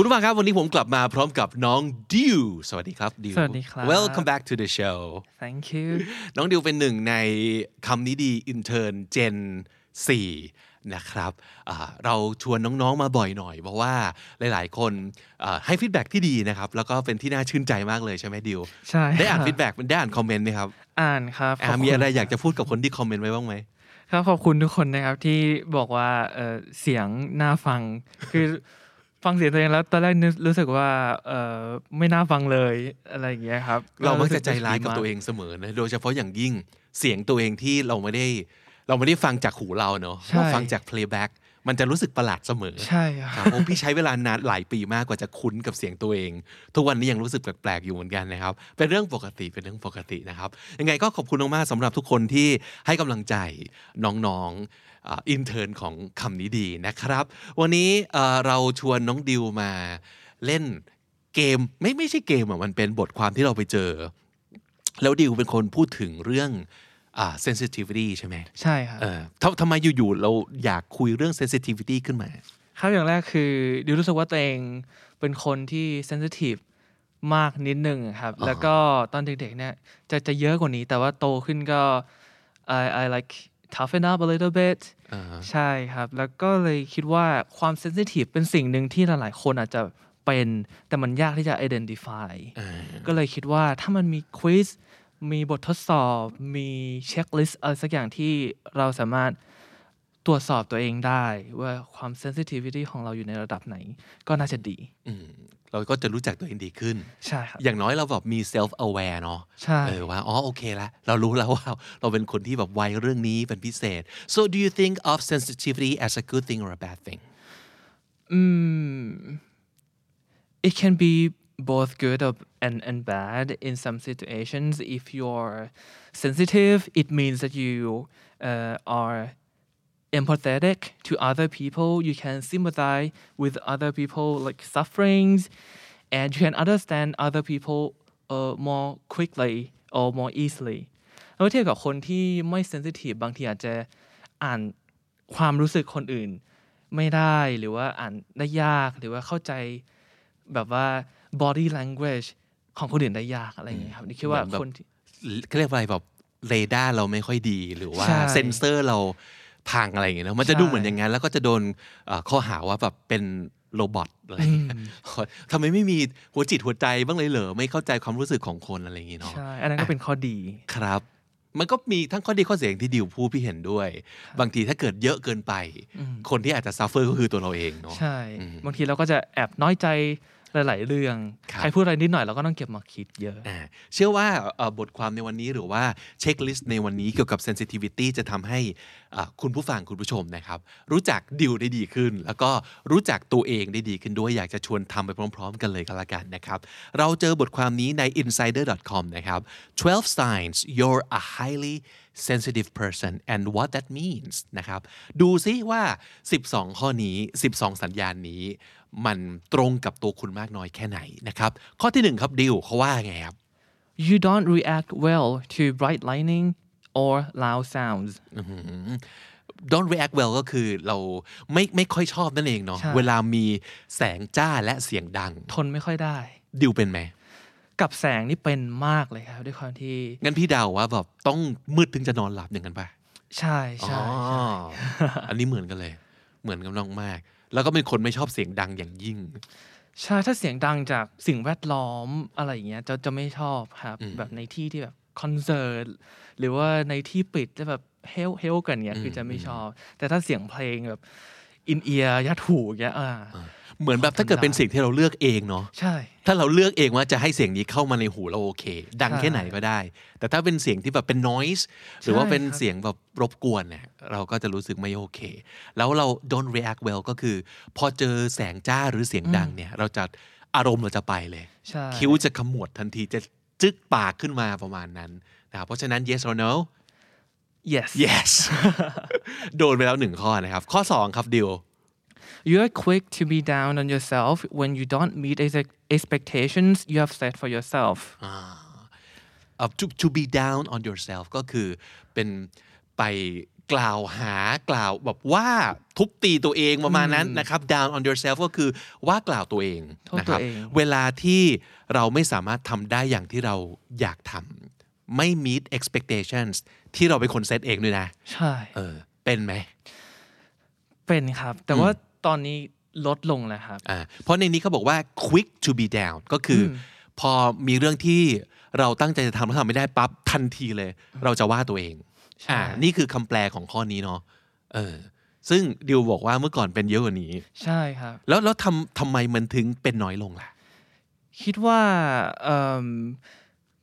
คุณผู้ฟังครับ วันนี้ผมกลับมาพร้อมกับน้องดิว สวัสดีครับดิว สวัสดีครับ Welcome back to the show thank you น้องดิวเป็นหนึ่งในคำนี้ดีอินเทอร์เจน4นะครับอ่าเราชวนน้องๆมาบ่อยหน่อย เพราะว่าหลายๆ คนอ่าให้ฟีดแบ็กที่ดีนะครับ แล้วก็เป็นที่น่าชื่นใจมากเลยใช่ไหมดิว ใช่ ได้อ่าน ครับ ฟีดแบ็กได้อ่านคอมเมนต์ไหมครับ อ่านครับ อ่า ขบคุณ มีอะไรอยากจะพูดกับคนที่คอมเมนต์ไว้บ้างไหม ครับขอบคุณทุกคนนะครับที่บอกว่าเอ่อเสียงน่าฟัง คือฟังเสียงตัวเองแล้วตอนแรกนึกรู้สึกว่าเอ่อไม่น่าฟังเลยอะไรอย่างเงี้ยครับ เรามัก สึ จะใจร้ายกับ ดีม ตัวเองเสมอนะโดยเฉพาะอย่างยิ่งเสียงตัวเองที่เราไม่ได้ เราไม่ได้ฟังจากหูเราเนอะเราฟังจาก playback มันจะรู้สึกประหลาดเสมอ ใช่ครับ ครับผมพี่ใช้เวลานานหลายปีมากกว่าจะคุ้นกับเสียงตัวเอง ทุกวันนี้ยังรู้สึกแปลกๆอยู่เหมือนกันนะครับ เป็นเรื่องปกติเป็นเรื่องปกตินะครับ ยังไงก็ขอบคุณมากๆสำหรับทุกคนที่ให้กำลังใจน้องๆอินเทอร์นของคำนี้ดีนะครับ วันนี้เอ่อเราชวนน้องดิวมาเล่นเกมไม่ไม่ใช่เกมอ่ะมันเป็นบทความที่เราไปเจอ แล้วดิวเป็นคนพูดถึงเรื่องอ่า sensitivity ใช่ไหม ใช่ครับ เออทำทำไมอยู่ๆเราอยากคุยเรื่อง sensitivity ขึ้นมา ครับอย่างแรกคือดิวรู้สึกว่าตัวเองเป็นคนที่เซนซิทีฟมากนิดนึงครับ อ่าฮะ แล้วก็ตอนเด็กๆเนี่ยจะจะเยอะกว่านี้ แต่ว่าโตขึ้นก็ I I like toughen up a little bit อ่า ใช่ครับ แล้วก็เลยคิดว่าความเซนซิทีฟเป็นสิ่งหนึ่งที่หลายๆ คนอาจจะเป็น แต่มันยากที่จะ identify ก็เลยคิดว่าถ้ามันมีควิสมีบททดสอบ มีเช็คลิสต์อะไรสักอย่างที่เราสามารถตรวจสอบตัวเองได้ ว่าความ sensitivity ของเราอยู่ในระดับไหน ก็น่าจะดี อืมเราก็จะรู้จักตัวเองดีขึ้น ใช่ครับ อย่างน้อยเราแบบมี self aware เนาะ ใช่ เออว่าอ๋อโอเคละเรารู้แล้วว่า เราเป็นคนที่แบบไวเรื่องนี้เป็นพิเศษ so do you think of sensitivity as a good thing or a bad thing อืม it can be both good or- and and bad in some situations if you're sensitive it means that you uh, are empathetic to other people you can sympathize with other people like sufferings and you can understand other people uh, more quickly or more easily แล้วเทียบกับคนที่ไม่ sensitive บางทีอาจจะอ่านความรู้สึกคนอื่น ไม่ได้หรือว่าอ่านได้ยากหรือว่าเข้าใจแบบว่า body language ของคนอื่นได้ยากอะไรอย่างเงี้ยครับนี่คิดว่า เหมือนแบบ คนที่ เขาเรียกว่าอะไรแบบเรดาร์เราไม่ค่อยดีหรือว่า ใช่ เซนเซอร์เราพังอะไรอย่างเงี้ยเนอะมันจะ ใช่ ดูเหมือนอย่างนั้นแล้วก็จะโดนเอ่อข้อหาว่าแบบเป็นโรบอทอะไรอย่างเงี้ยทำไมไม่มีหัวจิตหัวใจบ้างเลยเหรอไม่เข้าใจความรู้สึกของคนอะไรอย่างเงี้ยเนาะ ใช่ อันนั้นก็เป็นข้อดี ครับ มันก็มีทั้งข้อดีข้อเสียอย่างที่ดิวพูดพี่เห็นด้วย บางทีถ้าเกิดเยอะเกินไป คนที่อาจจะซัฟเฟอร์ก็คือตัวเราเองเนาะ ใช่ อืม บางทีเราก็จะแอบน้อยใจหลาย ๆ เรื่อง ครับ ใครพูดอะไรนิดหน่อยเราก็ต้องเก็บมาคิดเยอะ อ่าเชื่อว่าเอ่อบทความในวันนี้หรือว่าเช็คลิสต์ในวันนี้เกี่ยวกับ sensitivity จะทำให้อ่าคุณผู้ฟังคุณผู้ชมนะครับ รู้จักดิวได้ดีขึ้น แล้วก็รู้จักตัวเองได้ดีขึ้นด้วยอยากจะชวนทำไปพร้อม ๆ กันเลยก็แล้วกันนะครับ เราเจอบทความนี้ใน insider.com นะครับ 12 signs you're a highly sensitive person and what that means นะครับ ดูซิว่า 12 ข้อนี้ 12 สัญญาณนี้ มันตรงกับตัวคุณมากน้อยแค่ไหนนะครับข้อทีหนึ่งครับดิวเขาว่าไงครับ you don't react well to bright lightning or loud sounds don't react well ก็คือเราไม่ไม่ค่อยชอบนั่นเองเนาะ ใช่ เวลามีแสงจ้าและเสียงดัง ทนไม่ค่อยได้ ดิวเป็นไหม กับแสงนี่เป็นมากเลยครับ ด้วยความที่ งั้นพี่เดาวว่าแบบต้องมืดถึงจะนอนหลับอย่างนั้นปะ ใช่ใช่ อ๋ออันนี้เหมือนกันเลย เหมือนกันมากๆแล้วก็เป็นคนไม่ชอบเสียงดังอย่างยิ่ง ใช่ ถ้าเสียงดังจากสิ่งแวดล้อมอะไรอย่างเงี้ยจะจะไม่ชอบครับ แบบในที่ที่แบบคอนเสิร์ตหรือว่าในที่ปิดแล้วแบบเฮลเฮลกันเงี้ยคือจะไม่ชอบ แต่ถ้าเสียงเพลงแบบอินเอียยัดหูอย่างเงี้ยอ่า เหมือนแบบถ้าเกิดเป็นสิ่งที่เราเลือกเองเนาะ ใช่ ถ้าเราเลือกเองว่าจะให้เสียงนี้เข้ามาในหูเราโอเค ดัง ใช่ แค่ไหนก็ได้ แต่ถ้าเป็นเสียงที่แบบเป็น noise หรือว่าเป็น ครับ เสียงแบบรบกวนเนี่ยเราก็จะรู้สึกไม่โอเค แล้วเรา don't react well ก็คือ พอเจอแสงจ้าหรือเสียงดังเนี่ยเราจะอารมณ์เราจะไปเลย ใช่ คิ้วจะขมวดทันทีจะจึกปากขึ้นมาประมาณนั้นนะครับเพราะฉะนั้น yes or no Yes. yes โดนไปแล้วหนึ่งข้อนะครับ ข้อสองครับดิว You are quick to be down on yourself when you don't meet ex- expectations you have set for yourself. เอ่อ to to be down on yourself ก็คือเป็นไปกล่าวหากล่าวแบบว่าทุบตีตัวเองประมาณนั้นนะครับ down on yourself ก็คือว่ากล่าวตัวเอง โทษ นะครั ตัวเอง เวลาที่เราไม่สามารถทำได้อย่างที่เราอยากทำไม่ meet expectations ที่เราเป็นคนเซตเองด้วยนะ ใช่ เออ เป็นไหม เป็นครับ แต่ว่าตอนนี้ลดลงแล้วครับ อ่าเพราะในนี้เขาบอกว่า quick to be down ก็คืออพอมีเรื่องที่เราตั้งใจจะทำแล้วทำไม่ได้ปั๊บทันทีเลย เราจะว่าตัวเอง ใช่ อ่านี่คือคำแปลของข้อนี้เนาะเออซึ่งดิวบอกว่าเมื่อก่อนเป็นเยอะกว่านี้ ใช่ครับ แล้วแล้วทำทำไมมันถึงเป็นน้อยลงล่ะ คิดว่าเอิ่ม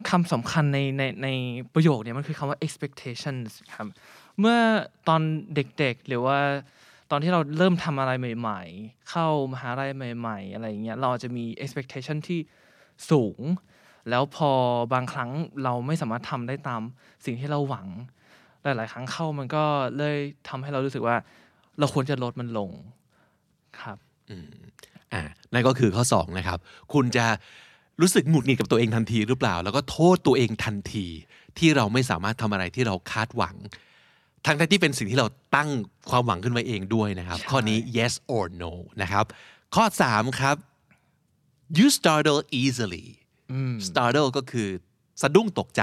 คำสำคัญในในในประโยคเนี่ยมันคือคำว่า expectations ครับ เมื่อตอนเด็กๆ หรือว่าตอนที่เราเริ่มทำอะไรใหม่ๆ เข้ามหาลัยใหม่ๆ อะไรอย่างเงี้ยเราอาจจะมี expectation ที่สูง แล้วพอบางครั้งเราไม่สามารถทำได้ตามสิ่งที่เราหวัง หลายๆ ครั้งเข้ามันก็เลยทำให้เรารู้สึกว่าเราควรจะลดมันลงครับ อ่านั่นก็คือข้อ 2 นะครับ คุณจะรู้สึกหงุดหงิดกับตัวเองทันทีหรือเปล่า แล้วก็โทษตัวเองทันที ที่เราไม่สามารถทำอะไรที่เราคาดหวัง ทั้งๆที่เป็นสิ่งที่เราตั้งความหวังขึ้นไว้เองด้วยนะครับ ข้อนี้ yes or no นะครับ ข้อ 3 ครับ you startle easily startle ก็คือสะดุ้งตกใจ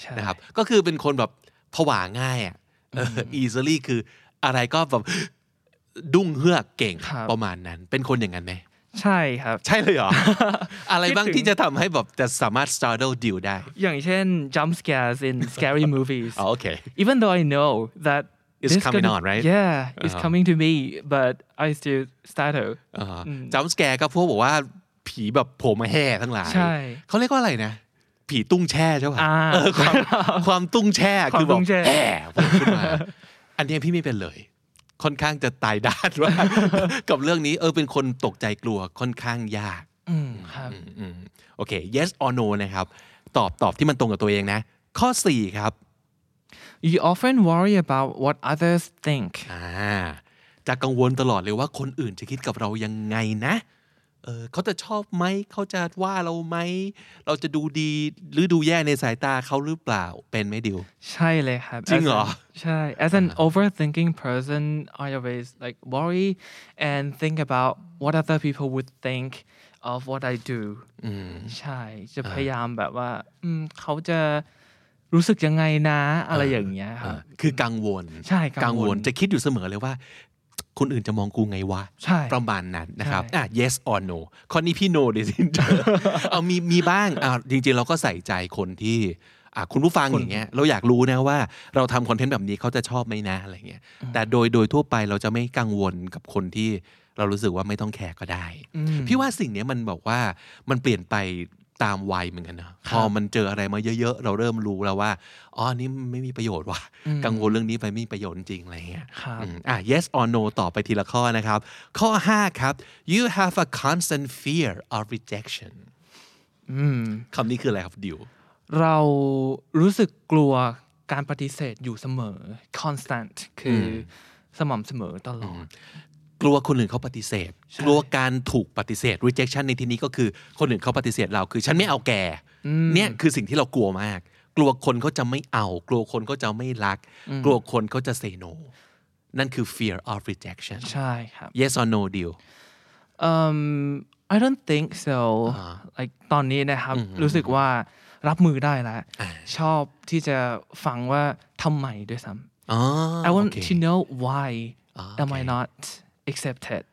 ใช่ นะครับ ก็คือเป็นคนแบบผวาง่ายอ่ะเอออ easily คืออะไรก็แบบดุ้งเฮือกเก่ง ครับ ประมาณนั้น เป็นคนอย่างนั้นไหม ใช่ครับ ใช่เลยเหรอ อะไรบ้าง คิดถึง ที่จะทำให้แบบจะสามารถ startle deal ได้ อย่างเช่น jump scares in scary movies อ๋อโอเค even though I know that Oh. It's this coming gonna- on, right? yeah it's Uh-huh. coming to me but I still startle จัมสแกร์ก็พวกบอกว่าผีแบบโผล่มาแห่ทั้งหลาย ใช่ เขาเรียกว่าอะไรนะ ผีตุ้งแช่ใช่ป่ะ อ่า เออความความตุ้งแช่ ความ คือแบ ตุ้ บ งแช่ แห่โผล่ขึ้นมาอันเนี้ยพี่ไม่เป็นเลย ค่อนข้างจะตายด้านว่า กับเรื่องนี้เออเป็นคนตกใจกลัวค่อนข้างยาก อืมครับ อืมโอเค yes or no นะครับ ตอบตอบที่มันตรงกับตัวเองนะ ข้อสี่ครับ you often worry about what others think อ่าจะกังวลตลอดเลยว่าคนอื่นจะคิดกับเรายังไงนะ เออเขาจะชอบไหม เขาจะว่าเราไหม เราจะดูดีหรือดูแย่ในสายตาเขาหรือเปล่า เป็นไหมดิว ใช่เลยครับ จริงเหรอ As an- ใช่ as an overthinking person I always like worry and think about what other people would think of what I do ใช่ จะพยายามแบบว่าอืมเขาจะรู้สึกยังไงนะ อะไรอย่างเงี้ยค เอ รับ อคือกังวล ใช่กังวล จะคิดอยู่เสมอเลยว่า คนอื่นจะมองกูไงวะ ใช่ ประมาณนั้นนะครับ ใช่ อ่ะ yes or no ข้อนี้พี่ no ดิสิ เอามีมีบ้างอ่ะจริงๆ เราก็ใส่ใจคนที่อ่ะคุณผู้ฟังอย่างเงี้ยเราอยากรู้นะว่าเราทำคอนเทนต์แบบนี้เขาจะชอบไหมนะอะไรเงี้ยแต่โดยโดยทั่วไปเราจะไม่กังวลกับคนที่เรารู้สึกว่าไม่ต้องแคร์ก็ได้ พี่ว่าสิ่งเนี้ยมันบอกว่ามันเปลี่ยนไปตามวัยเหมือนกันนะพอมันเจออะไรมาเยอะๆ เราเริ่มรู้แล้วว่าอ๋ออันนี่ไม่มีประโยชน์ว่ะกังวลเรื่องนี้ไปไม่มีประโยชน์จริงอะไรเงี้ย ครับ อืมอ่ะ yes or no ต่อไปทีละข้อนะครับ ข้อ 5 ครับ you have a constant fear of rejection คำนี้คืออะไรครับดิว เรารู้สึกกลัวการปฏิเสธอยู่เสมอ constant คืออสม่ำเสมอตลอด กลัวคนอื่นเขาปฏิเสธ กลัวการถูกปฏิเสธ rejection ในที่นี้ก็คือคนอื่นเขาปฏิเสธเราคือฉันไม่เอาแกเนี่ยคือสิ่งที่เรากลัวมาก กลัวคนเขาจะไม่เอา กลัวคนเขาจะไม่รัก กลัวคนเขาจะ say no นั่นคือ fear of rejection ใช่ครับ yes or no deal um I don't think so like ตอนนี้นะครับ รู้สึกว่ารับมือได้แล้ว ชอบที่จะฟังว่าทำไมด้วยซ้ อ๋อ ำ I want โอเค to know why อ่า am I โอเค not accepted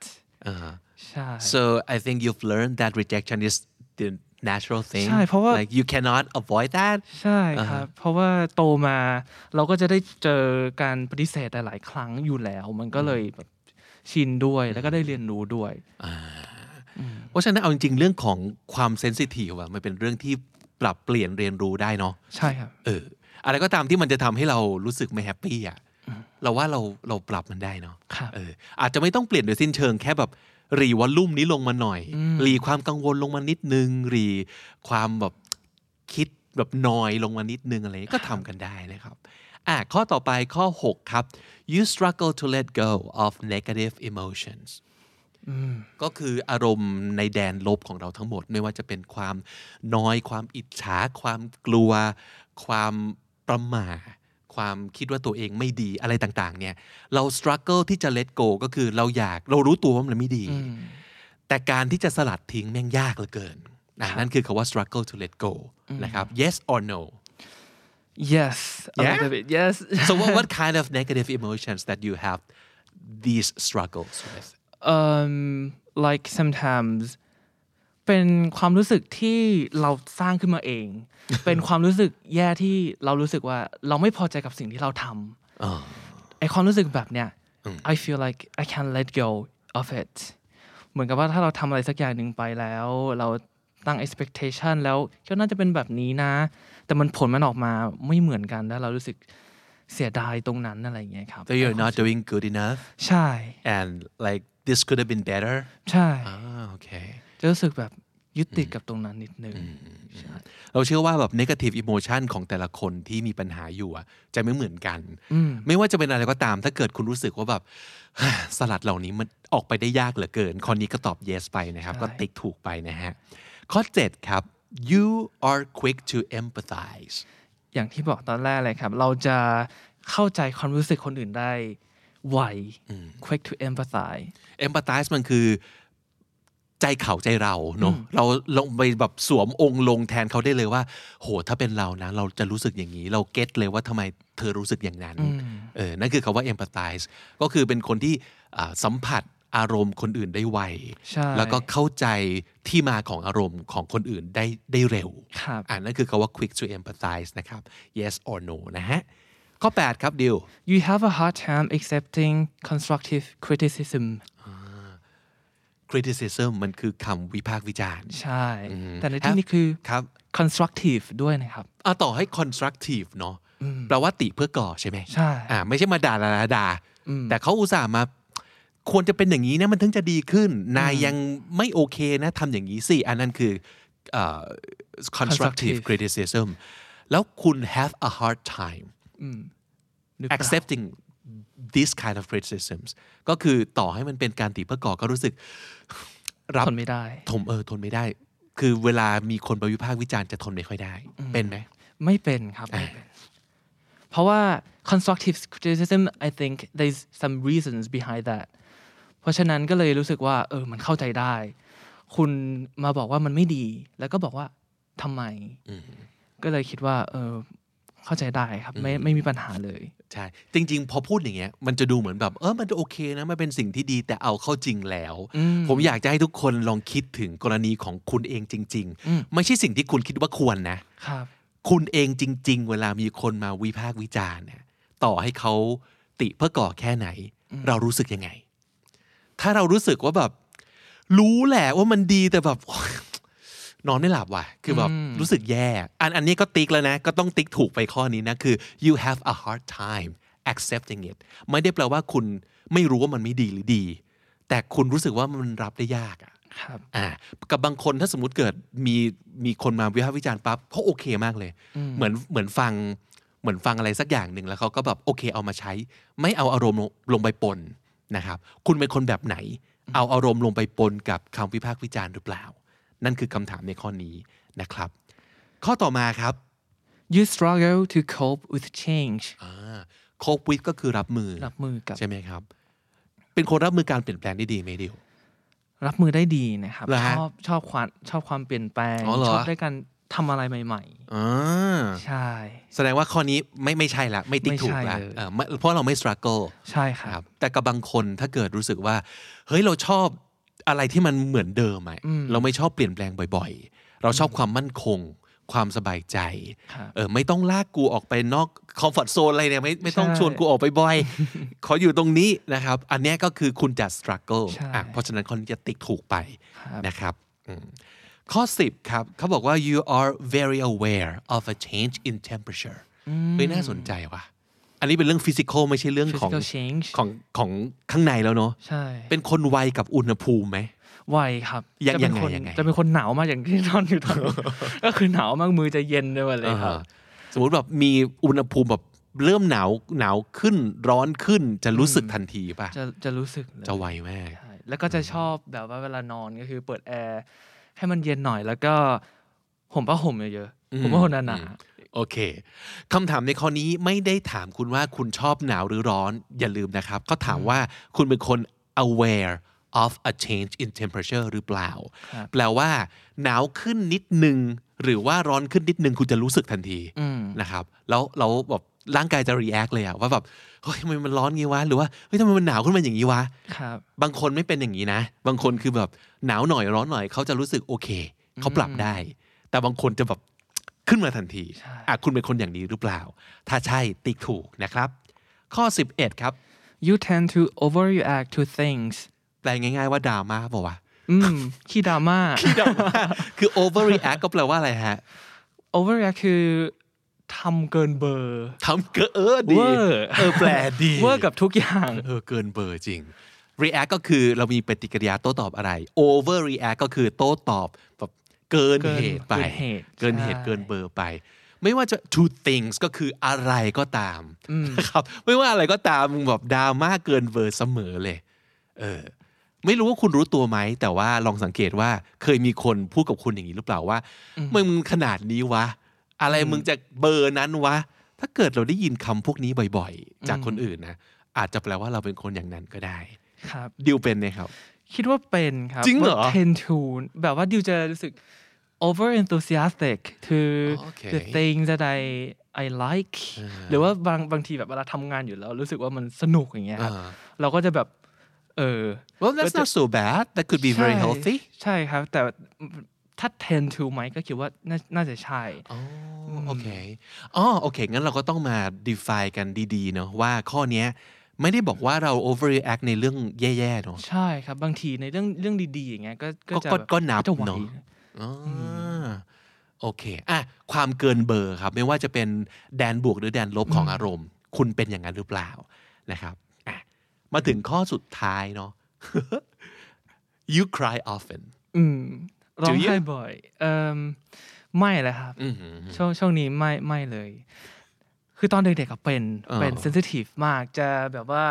อ่า ใช่ so I think you've learned that rejection is the natural thing ใช่เพราะว่า like you cannot avoid that ใช่ครับ เพราะว่าโตมาเราก็จะได้เจอการปฏิเสธหลาย ๆ ครั้งอยู่แล้ว มันก็เลยแบบชินด้วยแล้วก็ได้เรียนรู้ด้วย เพราะฉะนั้นเอาจริงๆเรื่องของความ sensitive อะมันเป็นเรื่องที่ปรับเปลี่ยนเรียนรู้ได้เนาะ ใช่ครับ เอออะไรก็ตามที่มันจะทำให้เรารู้สึกไม่แฮปปี้อ่ะเราว่าเราเราปรับมันได้เนาะ ครับ เอออาจจะไม่ต้องเปลี่ยนโดยสิ้นเชิงแค่แบบรีวอลลุ่มนี้ลงมาหน่อย รีความกังวลลงมานิดนึง รีความแบบคิด แบบนอยลงมานิดนึงอะไรก็ทำกันได้นะครับอ่ะข้อต่อไปข้อ 6 ครับ you struggle to let go of negative emotions ก็คืออารมณ์ในแดนลบของเราทั้งหมด ไม่ว่าจะเป็นความน้อย ความอิจฉา ความกลัว ความประหม่า ความคิดว่าตัวเองไม่ดีอะไรต่างๆ เนี่ย เรา struggle ที่จะ let go ก็คือเราอยากเรารู้ตัวว่ามันไม่ดี แต่การที่จะสลัดทิ้งแม่งยากเหลือเกินอ่ะนั่นคือคาว่า struggle to let go นะครับ yes or no Yes, a Yeah? little bit. Yes. so what, what kind of negative emotions that you have these struggles with um, like sometimes เป็นความรู้สึกที่เราสร้างขึ้นมา เอง เป็นความรู้สึกแย่ที่เรารู้สึกว่าเราไม่พอใจกับสิ่งที่เราทำไอความรู้สึกแบบเนี้ย I feel like I can't let go of it เหมือนกับว่าถ้าเราทำอะไรสักอย่างหนึ่งไปแล้ว เราตั้ง expectation แล้วก็น่าจะเป็นแบบนี้นะ แต่มันผลมันออกมาไม่เหมือนกันแล้วเรารู้สึกเสียดายตรงนั้นอะไรอย่างเงี้ยครับ that you're not doing good enough ใช่ and like this could have been better ใช่ ah okay จะรู้สึกแบบยึดติดกับตรงนั้นนิดนึงใช่ เราเชื่อว่าแบบ negative emotion ของแต่ละคนที่มีปัญหาอยู่อะจะไม่เหมือนกัน ไม่ว่าจะเป็นอะไรก็ตาม ถ้าเกิดคุณรู้สึกว่าแบบ สลัดเหล่านี้มันออกไปได้ยากเหลือเกิน ข้อนี้ก็ตอบ yes ไปนะครับ ก็ติ๊กถูกไปนะฮะ ข้อ 7 ครับ you are quick to empathize อย่างที่บอกตอนแรกเลยครับ เราจะเข้าใจความรู้สึกคนอื่นได้ไว quick to empathize empathize มันคือใจเขาใจเราเนอะเราลงไปแบบสวมองค์ลงแทนเขาได้เลยว่า โหถ้าเป็นเรานะ เราจะรู้สึกอย่างนี้ เราเก็ตเลยว่าทำไมเธอรู้สึกอย่างนั้นเออนั่นคือคาว่า empathize ก็คือเป็นคนที่อ่าสัมผัสอารมณ์คนอื่นได้ไว ใช่ แล้วก็เข้าใจที่มาของอารมณ์ของคนอื่นได้ได้เร็ว ครับ อ่านั่นคือคาว่า quick to empathize นะครับ yes or no นะฮะข้อ 8 ครับดิว you have a hard time accepting constructive criticism criticism มันคือคำวิพากษ์วิจารณ์ ใช่ แต่ในที่นี้คือ ครับ constructive ด้วยนะครับ อ่ะต่อให้ constructive เนาะแปลว่าติเพื่อก่อใช่ไหม ใช่ อ่าไม่ใช่มาด่าด่าด่าด่าแต่เขาอุตส่าห์มา ควรจะเป็นอย่างนี้นะมันถึงจะดีขึ้น นายยังไม่โอเคนะทำอย่างนี้สิ อันนั้นคือเอ่อ constructive constructive criticism แล้วคุณ have a hard time หรือเปล่า accepting these kind of criticisms ก็คือต่อให้มันเป็นการติเพื่อก่อก็รู้สึก รับ ทนไม่ได้ ทนเออทนไม่ได้ คือเวลามีคนไปวิพากษ์วิจารณ์จะทนไม่ค่อยได้ เป็นไหม ไม่เป็นครับไม่เป็นเพราะว่า constructive criticism I think there's some reasons behind that เพราะฉะนั้นก็เลยรู้สึกว่า เออ มันเข้าใจได้ คุณมาบอกว่ามันไม่ดี แล้วก็บอกว่าทำไม ก็เลยคิดว่า เออ เข้าใจได้ครับ ไม่ไม่มีปัญหาเลย ใช่ จริง ๆ พอพูดอย่างเงี้ยมันจะดูเหมือนแบบ เออมันจะโอเคนะ มันเป็นสิ่งที่ดีแต่เอาเข้าจริงแล้ว ผมอยากจะให้ทุกคนลองคิดถึงกรณีของคุณเองจริง ๆ ไม่ใช่สิ่งที่คุณคิดว่าควรนะ ครับ คุณเองจริง ๆ เวลามีคนมาวิพากษ์วิจารณ์เนี่ยต่อให้เขาติเพื่อก่อแค่ไหน เรารู้สึกยังไง ถ้าเรารู้สึกว่าแบบ รู้แหละว่ามันดีแต่แบบ นอนไม่หลับว่ะ คือแบบรู้สึกแย่ อันอันนี้ก็ติ๊กแล้วนะ ก็ต้องติ๊กถูกไปข้อนี้นะ คือ you have a hard time accepting it ไม่ได้แปลว่าคุณไม่รู้ว่ามันไม่ดีหรือดี แต่คุณรู้สึกว่ามันรับได้ยากอะ ครับ อ่ากับบางคนถ้าสมมติเกิดมีมีคนมาวิพากษ์วิจารณ์ปั๊บเขาโอเคมากเลย เหมือนเหมือนฟังเหมือนฟังอะไรสักอย่างหนึ่งแล้วเขาก็แบบโอเคเอามาใช้ ไม่เอาอารมณ์ลงลงไปปนนะครับ คุณเป็นคนแบบไหน เอาอารมณ์ลงไปปนกับคำวิพากษ์วิจารณ์หรือเปล่า นั่นคือคำถามในข้อนี้นะครับ ข้อต่อมาครับ you struggle to cope with change โคบวิทก็คือรับมือ รับมือกับ ใช่ไหมครับ เป็นคนรับมือการเปลี่ยนแปลงได้ดีไหมดิว รับมือได้ดีนะครับ เหรอ ช ฮะ อบชอบความชอบความเปลี่ยนแปลง อ๋อเหรอ ชอบได้การทำอะไรใหม่ อ่า ๆ ใช่ แสดงว่าข้อนี้ไม่ไม่ใช่ละไม่ติ๊กถูก ไม่ใช่ ละ เลย เออไม่เพราะเราไม่ struggle ใช่ค ครับ รับแต่กับบางคนถ้าเกิดรู้สึกว่า เฮ้ยเราชอบอะไรที่มันเหมือนเดิมอะเราไม่ชอบเปลี่ยนแปลงบ่อยๆ เราชอบความมั่นคง ความสบายใจ ครับ เออไม่ต้องลากกูออกไปนอกคอมฟอร์ทโซนอะไรเนี่ยไม่ไม่ต้อง ใช่ ชวนกูออกไปบ่ อย ขออยู่ตรงนี้นะครับ อันเนี้ยก็คือคุณจะ struggle ใช่ อ่ะเพราะฉะนั้นคนจะติ๊กถูกไป ครับ นะครับอืมข้อ 10 ครับเขาบอกว่า you are very aware of a change in temperature เฮ้ยน่าสนใจว่ะอันนี้เป็นเรื่องฟิสิก a l ไม่ใช่เรื่องของ Physical change ของของข้างในแล้วเนาะ ใช่ เป็นคนไวกับอุณหภูมิไหม ไวครับ ยัง จะเป็นคน ยังไงยังไง จะเป็นคนหนาวมากอย่างที่นอนอยู่ตอน นี้ ก็คือหนาวมากมือจะเย็นไปหมดเลยครับ อ่าฮะสมมติแบบมีอุณหภูมิแบบเริ่มหนาวหนาวขึ้นร้อนขึ้นจะรู้สึกทันทีป่ะ จะจะรู้สึกเลย จะไวมาก ใช่แล้วก็จะชอบแบบว่าเวลานอนก็คือเปิดแอร์ให้มันเย็นหน่อยแล้วก็ห่มผ้าห่มเยอะ อืม ๆผมว่าคนหนา อืม โอเคคำถามในข้อนี้ไม่ได้ถามคุณว่าคุณชอบหนาวหรือร้อนอย่าลืมนะครับ เขาถามว่าคุณเป็นคน aware of a change in temperature หรือเปล่า แปลว่า หนาวขึ้นนิดหนึ่งหรือว่าร้อนขึ้นนิดหนึ่งคุณจะรู้สึกทันที ๆอืม นะครับแล้วเราแบบร่างกายจะ react เลยอะว่าแบบเฮ้ยทำไมมันร้อนงี้วะ หรือว่าเฮ้ยทำไมมันหนาวขึ้นมาอย่างงี้วะ ครับ บางคนไม่เป็นอย่างนี้นะ บางคนคือแบบหนาวหน่อยร้อนหน่อยเขาจะรู้สึกโอเค เขาปรับได้ แต่บางคนจะแบบ ขึ้นมาทันที ใช่ อ่ะคุณเป็นคนอย่างนี้หรือเปล่า ถ้าใช่ติ๊กถูกนะครับ ข้อ 11 ครับ you tend to overreact to things แปลง่ายๆว่าดราม่าบอกว่าว อืมขี้ ดราม่า ะดราม่าคือ overreact ก็แปลว่าอะไรฮะ overreact คือทำเกินเบอร์ ทำเกินเออดี เวอร์ เออแปลดี เวอร์กับทุกอย่าง เออเกินเบอร์จริง react ก็คือเรามีปฏิกิริยาโต้ตอบอะไร over react ก็คือโต้ตอบแบบเกิน เกิน เหตุไป เกินเหตุ เกินเหตุ ใช่ เกินเบอร์ไป ไม่ว่าจะ two things ก็คืออะไรก็ตามนะครับไม่ว่าอะไรก็ตามมึงแบบดราม่าเกินเบอร์เสมอเลยเออไม่รู้ว่าคุณรู้ตัวไหม แต่ว่าลองสังเกตว่าเคยมีคนพูดกับคุณอย่างนี้หรือเปล่าว่ามึงขนาดนี้วะ อะไรมึงจะเบอร์นั้นวะ ถ้าเกิดเราได้ยินคำพวกนี้บ่อยๆ จากคนอื่นนะอาจจะแปลว่าเราเป็นคนอย่างนั้นก็ได้ ครับ ดิวเป็นไหมครับ คิดว่าเป็นครับ จริงเหรอ tend to แบบว่าดิวจะรู้สึก over enthusiastic to โอเค the things that I I like หรือว่าบางบางทีแบบเวลาทำงานอยู่แล้ว รู้สึกว่ามันสนุกอย่างเงี้ยครับ อ่า เราก็จะแบบ เออ well that's not so bad that could be very ใช่ healthy ใช่ครับ แต่ถ้า tend to ไหมก็คิดว่าน่าน่าจะใช่ อ๋ออโอเค อ๋อ โอเค งั้นเราก็ต้องมา define กันดีๆ เนอะว่าข้อเนี้ยไม่ได้บอกว่าเรา overreact ในเรื่องแย่ๆ เนอะ ใช่ครับ บางทีในเรื่องเรื่องดีๆอย่างเงี้ยก็ก็จะ ก็ แบบ ก็นับ จะไหว เนอะ อ๋ออโอเค อ่ะ ความเกินเบอร์ครับ ไม่ว่าจะเป็นแดนบวกหรือแดนลบของอารมณ์ คุณเป็นอย่างนั้นหรือเปล่า นะครับ อ่ะ มาถึงข้อสุดท้ายเนอะ you cry often อืมร้อง you? ไห้บ่อยเอ่มไม่เลยครับ อื้อหือ ช่วงช่วงนี้ไม่ไม่เลย คือตอนเด็กๆกับเป็น อ๋อ เป็นเซนซิทีฟมากจะแบบว่า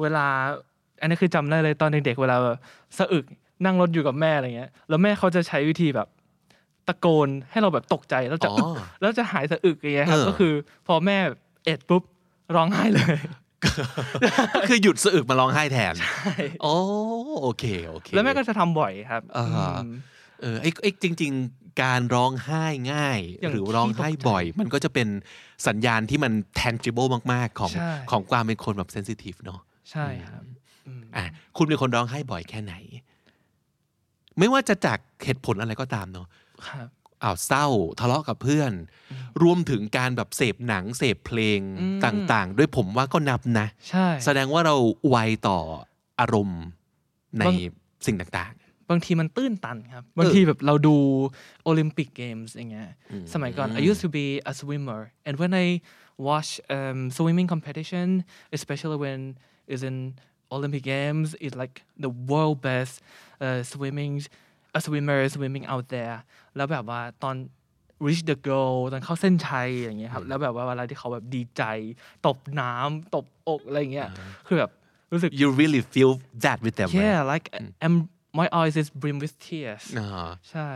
เวลา อันนี้คือจำได้เลยตอนเด็กๆเวลาแบบสะอึกนั่งรถอยู่กับแม่อะไรเงี้ย แล้วแม่เขาจะใช้วิธีแบบ ตะโกนให้เราแบบตกใจแล้วจะ อ๋อ อึกแล้วจะหายสะอึกอย่างเงี้ยครับ เออ ก็คือ พอแม่เอ็ดปุ๊บร้องไห้เลย ก็ คือหยุดสะอึกมาร้องไห้แทน โอ้โอเค โอเค แล้วแม่ก็จะทำบ่อยครับ อ่าฮะ อืม เออไอ้ไอ้จริง ๆ การร้องไห้ง่าย อย่าง หรือร้องไห้บ่อย มันก็จะเป็นสัญญาณที่มัน tangible มาก ๆ ของ ใช่ ของความเป็นคนแบบ sensitive เนาะ ใช่ครับอืม อ่ะคุณเป็นคนร้องไห้บ่อยแค่ไหน ไม่ว่าจะจากเหตุผลอะไรก็ตามเนาะ ครับ อ้าวเศร้าทะเลาะกับเพื่อน รวมถึงการแบบเสพหนังเสพเพลง อืม ต่าง ๆ ด้วยผมว่าก็นับนะ ใช่ แสดงว่าเราไวต่ออารมณ์ใน บาง สิ่งต่าง บางทีมันตื้นตันครับ บางทีแบบเราดูโอลิมปิกเกมส์อย่างเงี้ยสมัยก่อน I used to be a swimmer and when I watch um, swimming competition especially when is in Olympic Games it's like the world best uh, swimming a swimmer swimming out there แล้วแบบว่าตอน reach the goal ตอนเข้าเส้นชัยอย่างเงี้ยครับ แล้วแบบว่าเวลาที่เขาแบบดีใจ ตบน้ำตบอกอะไรอย่างเงี้ยคือแบบรู้สึก ๆ you really feel that with them right? yeah like I'm my eyes is brim with tears อ่า ใช่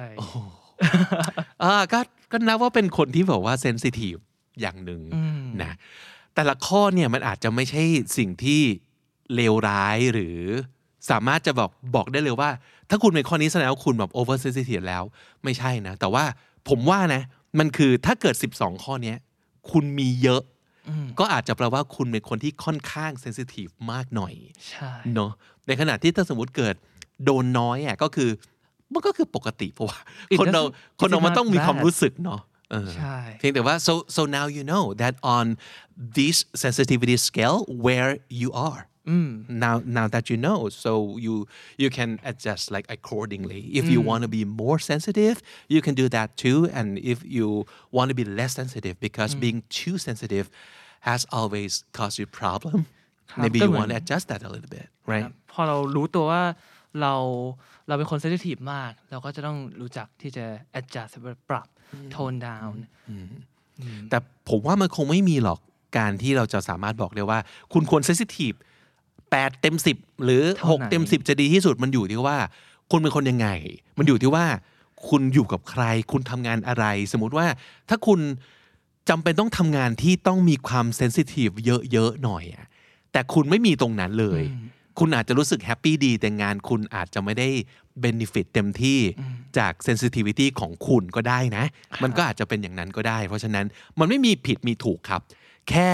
อ่าก็ก็นับว่าเป็นคนที่แบบว่าเซนซิทีฟอย่างหนึ่งนะแต่ละข้อเนี่ยมันอาจจะไม่ใช่สิ่งที่เลวร้ายหรือสามารถจะบอกบอกได้เลยว่า ถ้าคุณเป็นข้อนี้แสดงว่าคุณแบบโอเวอร์เซนซิทีฟแล้วไม่ใช่นะ แต่ว่าผมว่านะ มันคือถ้าเกิด 12 ข้อเนี้ยคุณมีเยอะ ก็อาจจะแปลว่าคุณเป็นคนที่ค่อนข้างเซนซิทีฟมากหน่อย ใช่ เนาะในขณะที่ถ้าสมมติเกิดโดนน้อยอ่ะก็คือมันก็คือปกติเพราะว่า คนเราคนเรามันต้องมีความรู้สึกเนาะเออ ใช่ เพียงแต่ว่า so so now you know that on this sensitivity scale where you are now now that you know so you you can adjust like accordingly if you want to be more sensitive you can do that too and if you want to be less sensitive because being too sensitive has always caused you problem ครับ maybe ก็ you เหมือน want to adjust that a little bit right พอเรารู้ตัวว่า เราเราเป็นคนเซนซิทีฟมาก เราก็จะต้องรู้จักที่จะ adjust ปรับ tone down แต่ผมว่ามันคงไม่มีหรอกการที่เราจะสามารถบอกได้ว่า คุณควรเซนซิทีฟแปดเต็มสิบหรือ เท่าไหน หกเต็มสิบจะดีที่สุดมันอยู่ที่ว่า คุณเป็นคนยังไง มันอยู่ที่ว่า คุณอยู่กับใคร คุณทำงานอะไร สมมุติว่าถ้าคุณจำเป็นต้องทำงานที่ต้องมีความเซนซิทีฟเยอะๆหน่อยอะแต่คุณไม่มีตรงนั้นเลย คุณอาจจะรู้สึกแฮปปี้ดี แต่งานคุณอาจจะไม่ได้เบนฟิตเต็มที่จากเซนซิทิวิตี้ของคุณก็ได้นะ มันก็อาจจะเป็นอย่างนั้นก็ได้ เพราะฉะนั้นมันไม่มีผิดมีถูกครับ แค่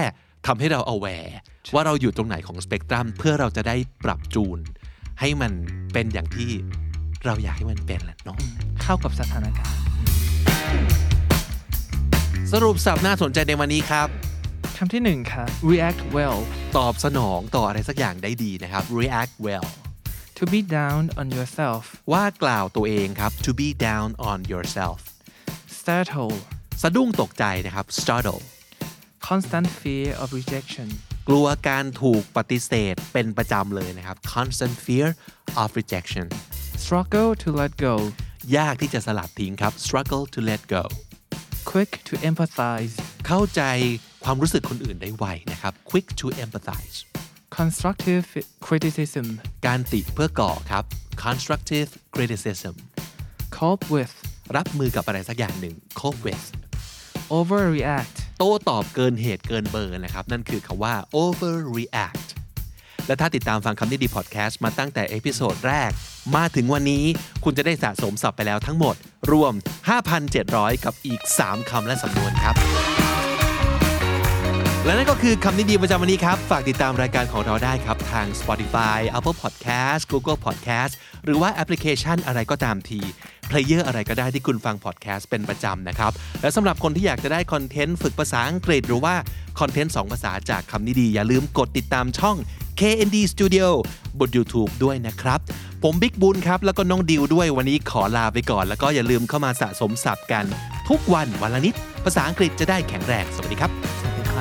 ทำให้เรา aware ว่าเราอยู่ตรงไหนของสเปกตรัมเพื่อเราจะได้ปรับจูน ให้มันเป็นอย่างที่เราอยากให้มันเป็นแหละเนาะ เข้ากับสถานการณ์ สรุปสับน่าสนใจในวันนี้ครับ คำที่หนึ่งค่ะ react well ตอบสนองต่ออะไรสักอย่างได้ดีนะครับ react well to be down on yourself ว่ากล่าวตัวเองครับ to be down on yourself startle สะดุ้งตกใจนะครับ startle constant fear of rejection กลัวการถูกปฏิเสธเป็นประจำเลยนะครับ constant fear of rejection struggle to let go ยากที่จะสลัดทิ้งครับ struggle to let go quick to empathize เข้าใจความรู้สึกคนอื่นได้ไวนะครับ quick to empathize constructive criticism การติเพื่อก่อครับ constructive criticism cope with รับมือกับอะไรสักอย่างหนึ่ง cope with overreact โต้ตอบเกินเหตุเกินเบอร์นะครับ นั่นคือคำว่า overreact และถ้าติดตามฟังคำนี้ดีพอดแคสต์มาตั้งแต่เอพิโซดแรก มาถึงวันนี้คุณจะได้สะสมศัพท์ไปแล้วทั้งหมด รวม 5,700 กับอีก 3คำและสำนวนครับ และนั่นก็คือคำนิยมประจำวันนี้ครับ ฝากติดตามรายการของเราได้ครับ ทาง Spotify Apple Podcast Google Podcast หรือว่าแอปพลิเคชันอะไรก็ตามทีเพลเยอร์อะไรก็ได้ที่คุณฟังพอดแคสต์เป็นประจำนะครับ และสำหรับคนที่อยากจะได้คอนเทนต์ฝึกภาษาอังกฤษ หรือว่าคอนเทนต์2ภาษาจากคำนิยมอย่าลืมกดติดตามช่อง KND Studio บน YouTube ด้วยนะครับ ผมบิ๊กบุญครับ แล้วก็น้องดิวด้วยวันนี้ขอลาไปก่อน แล้วก็อย่าลืมเข้ามาสะสมศัพท์กัน ทุกวันวันละนิด ภาษาอังกฤษจะได้แข็งแรงสวัสดีครับ สวัสดีคร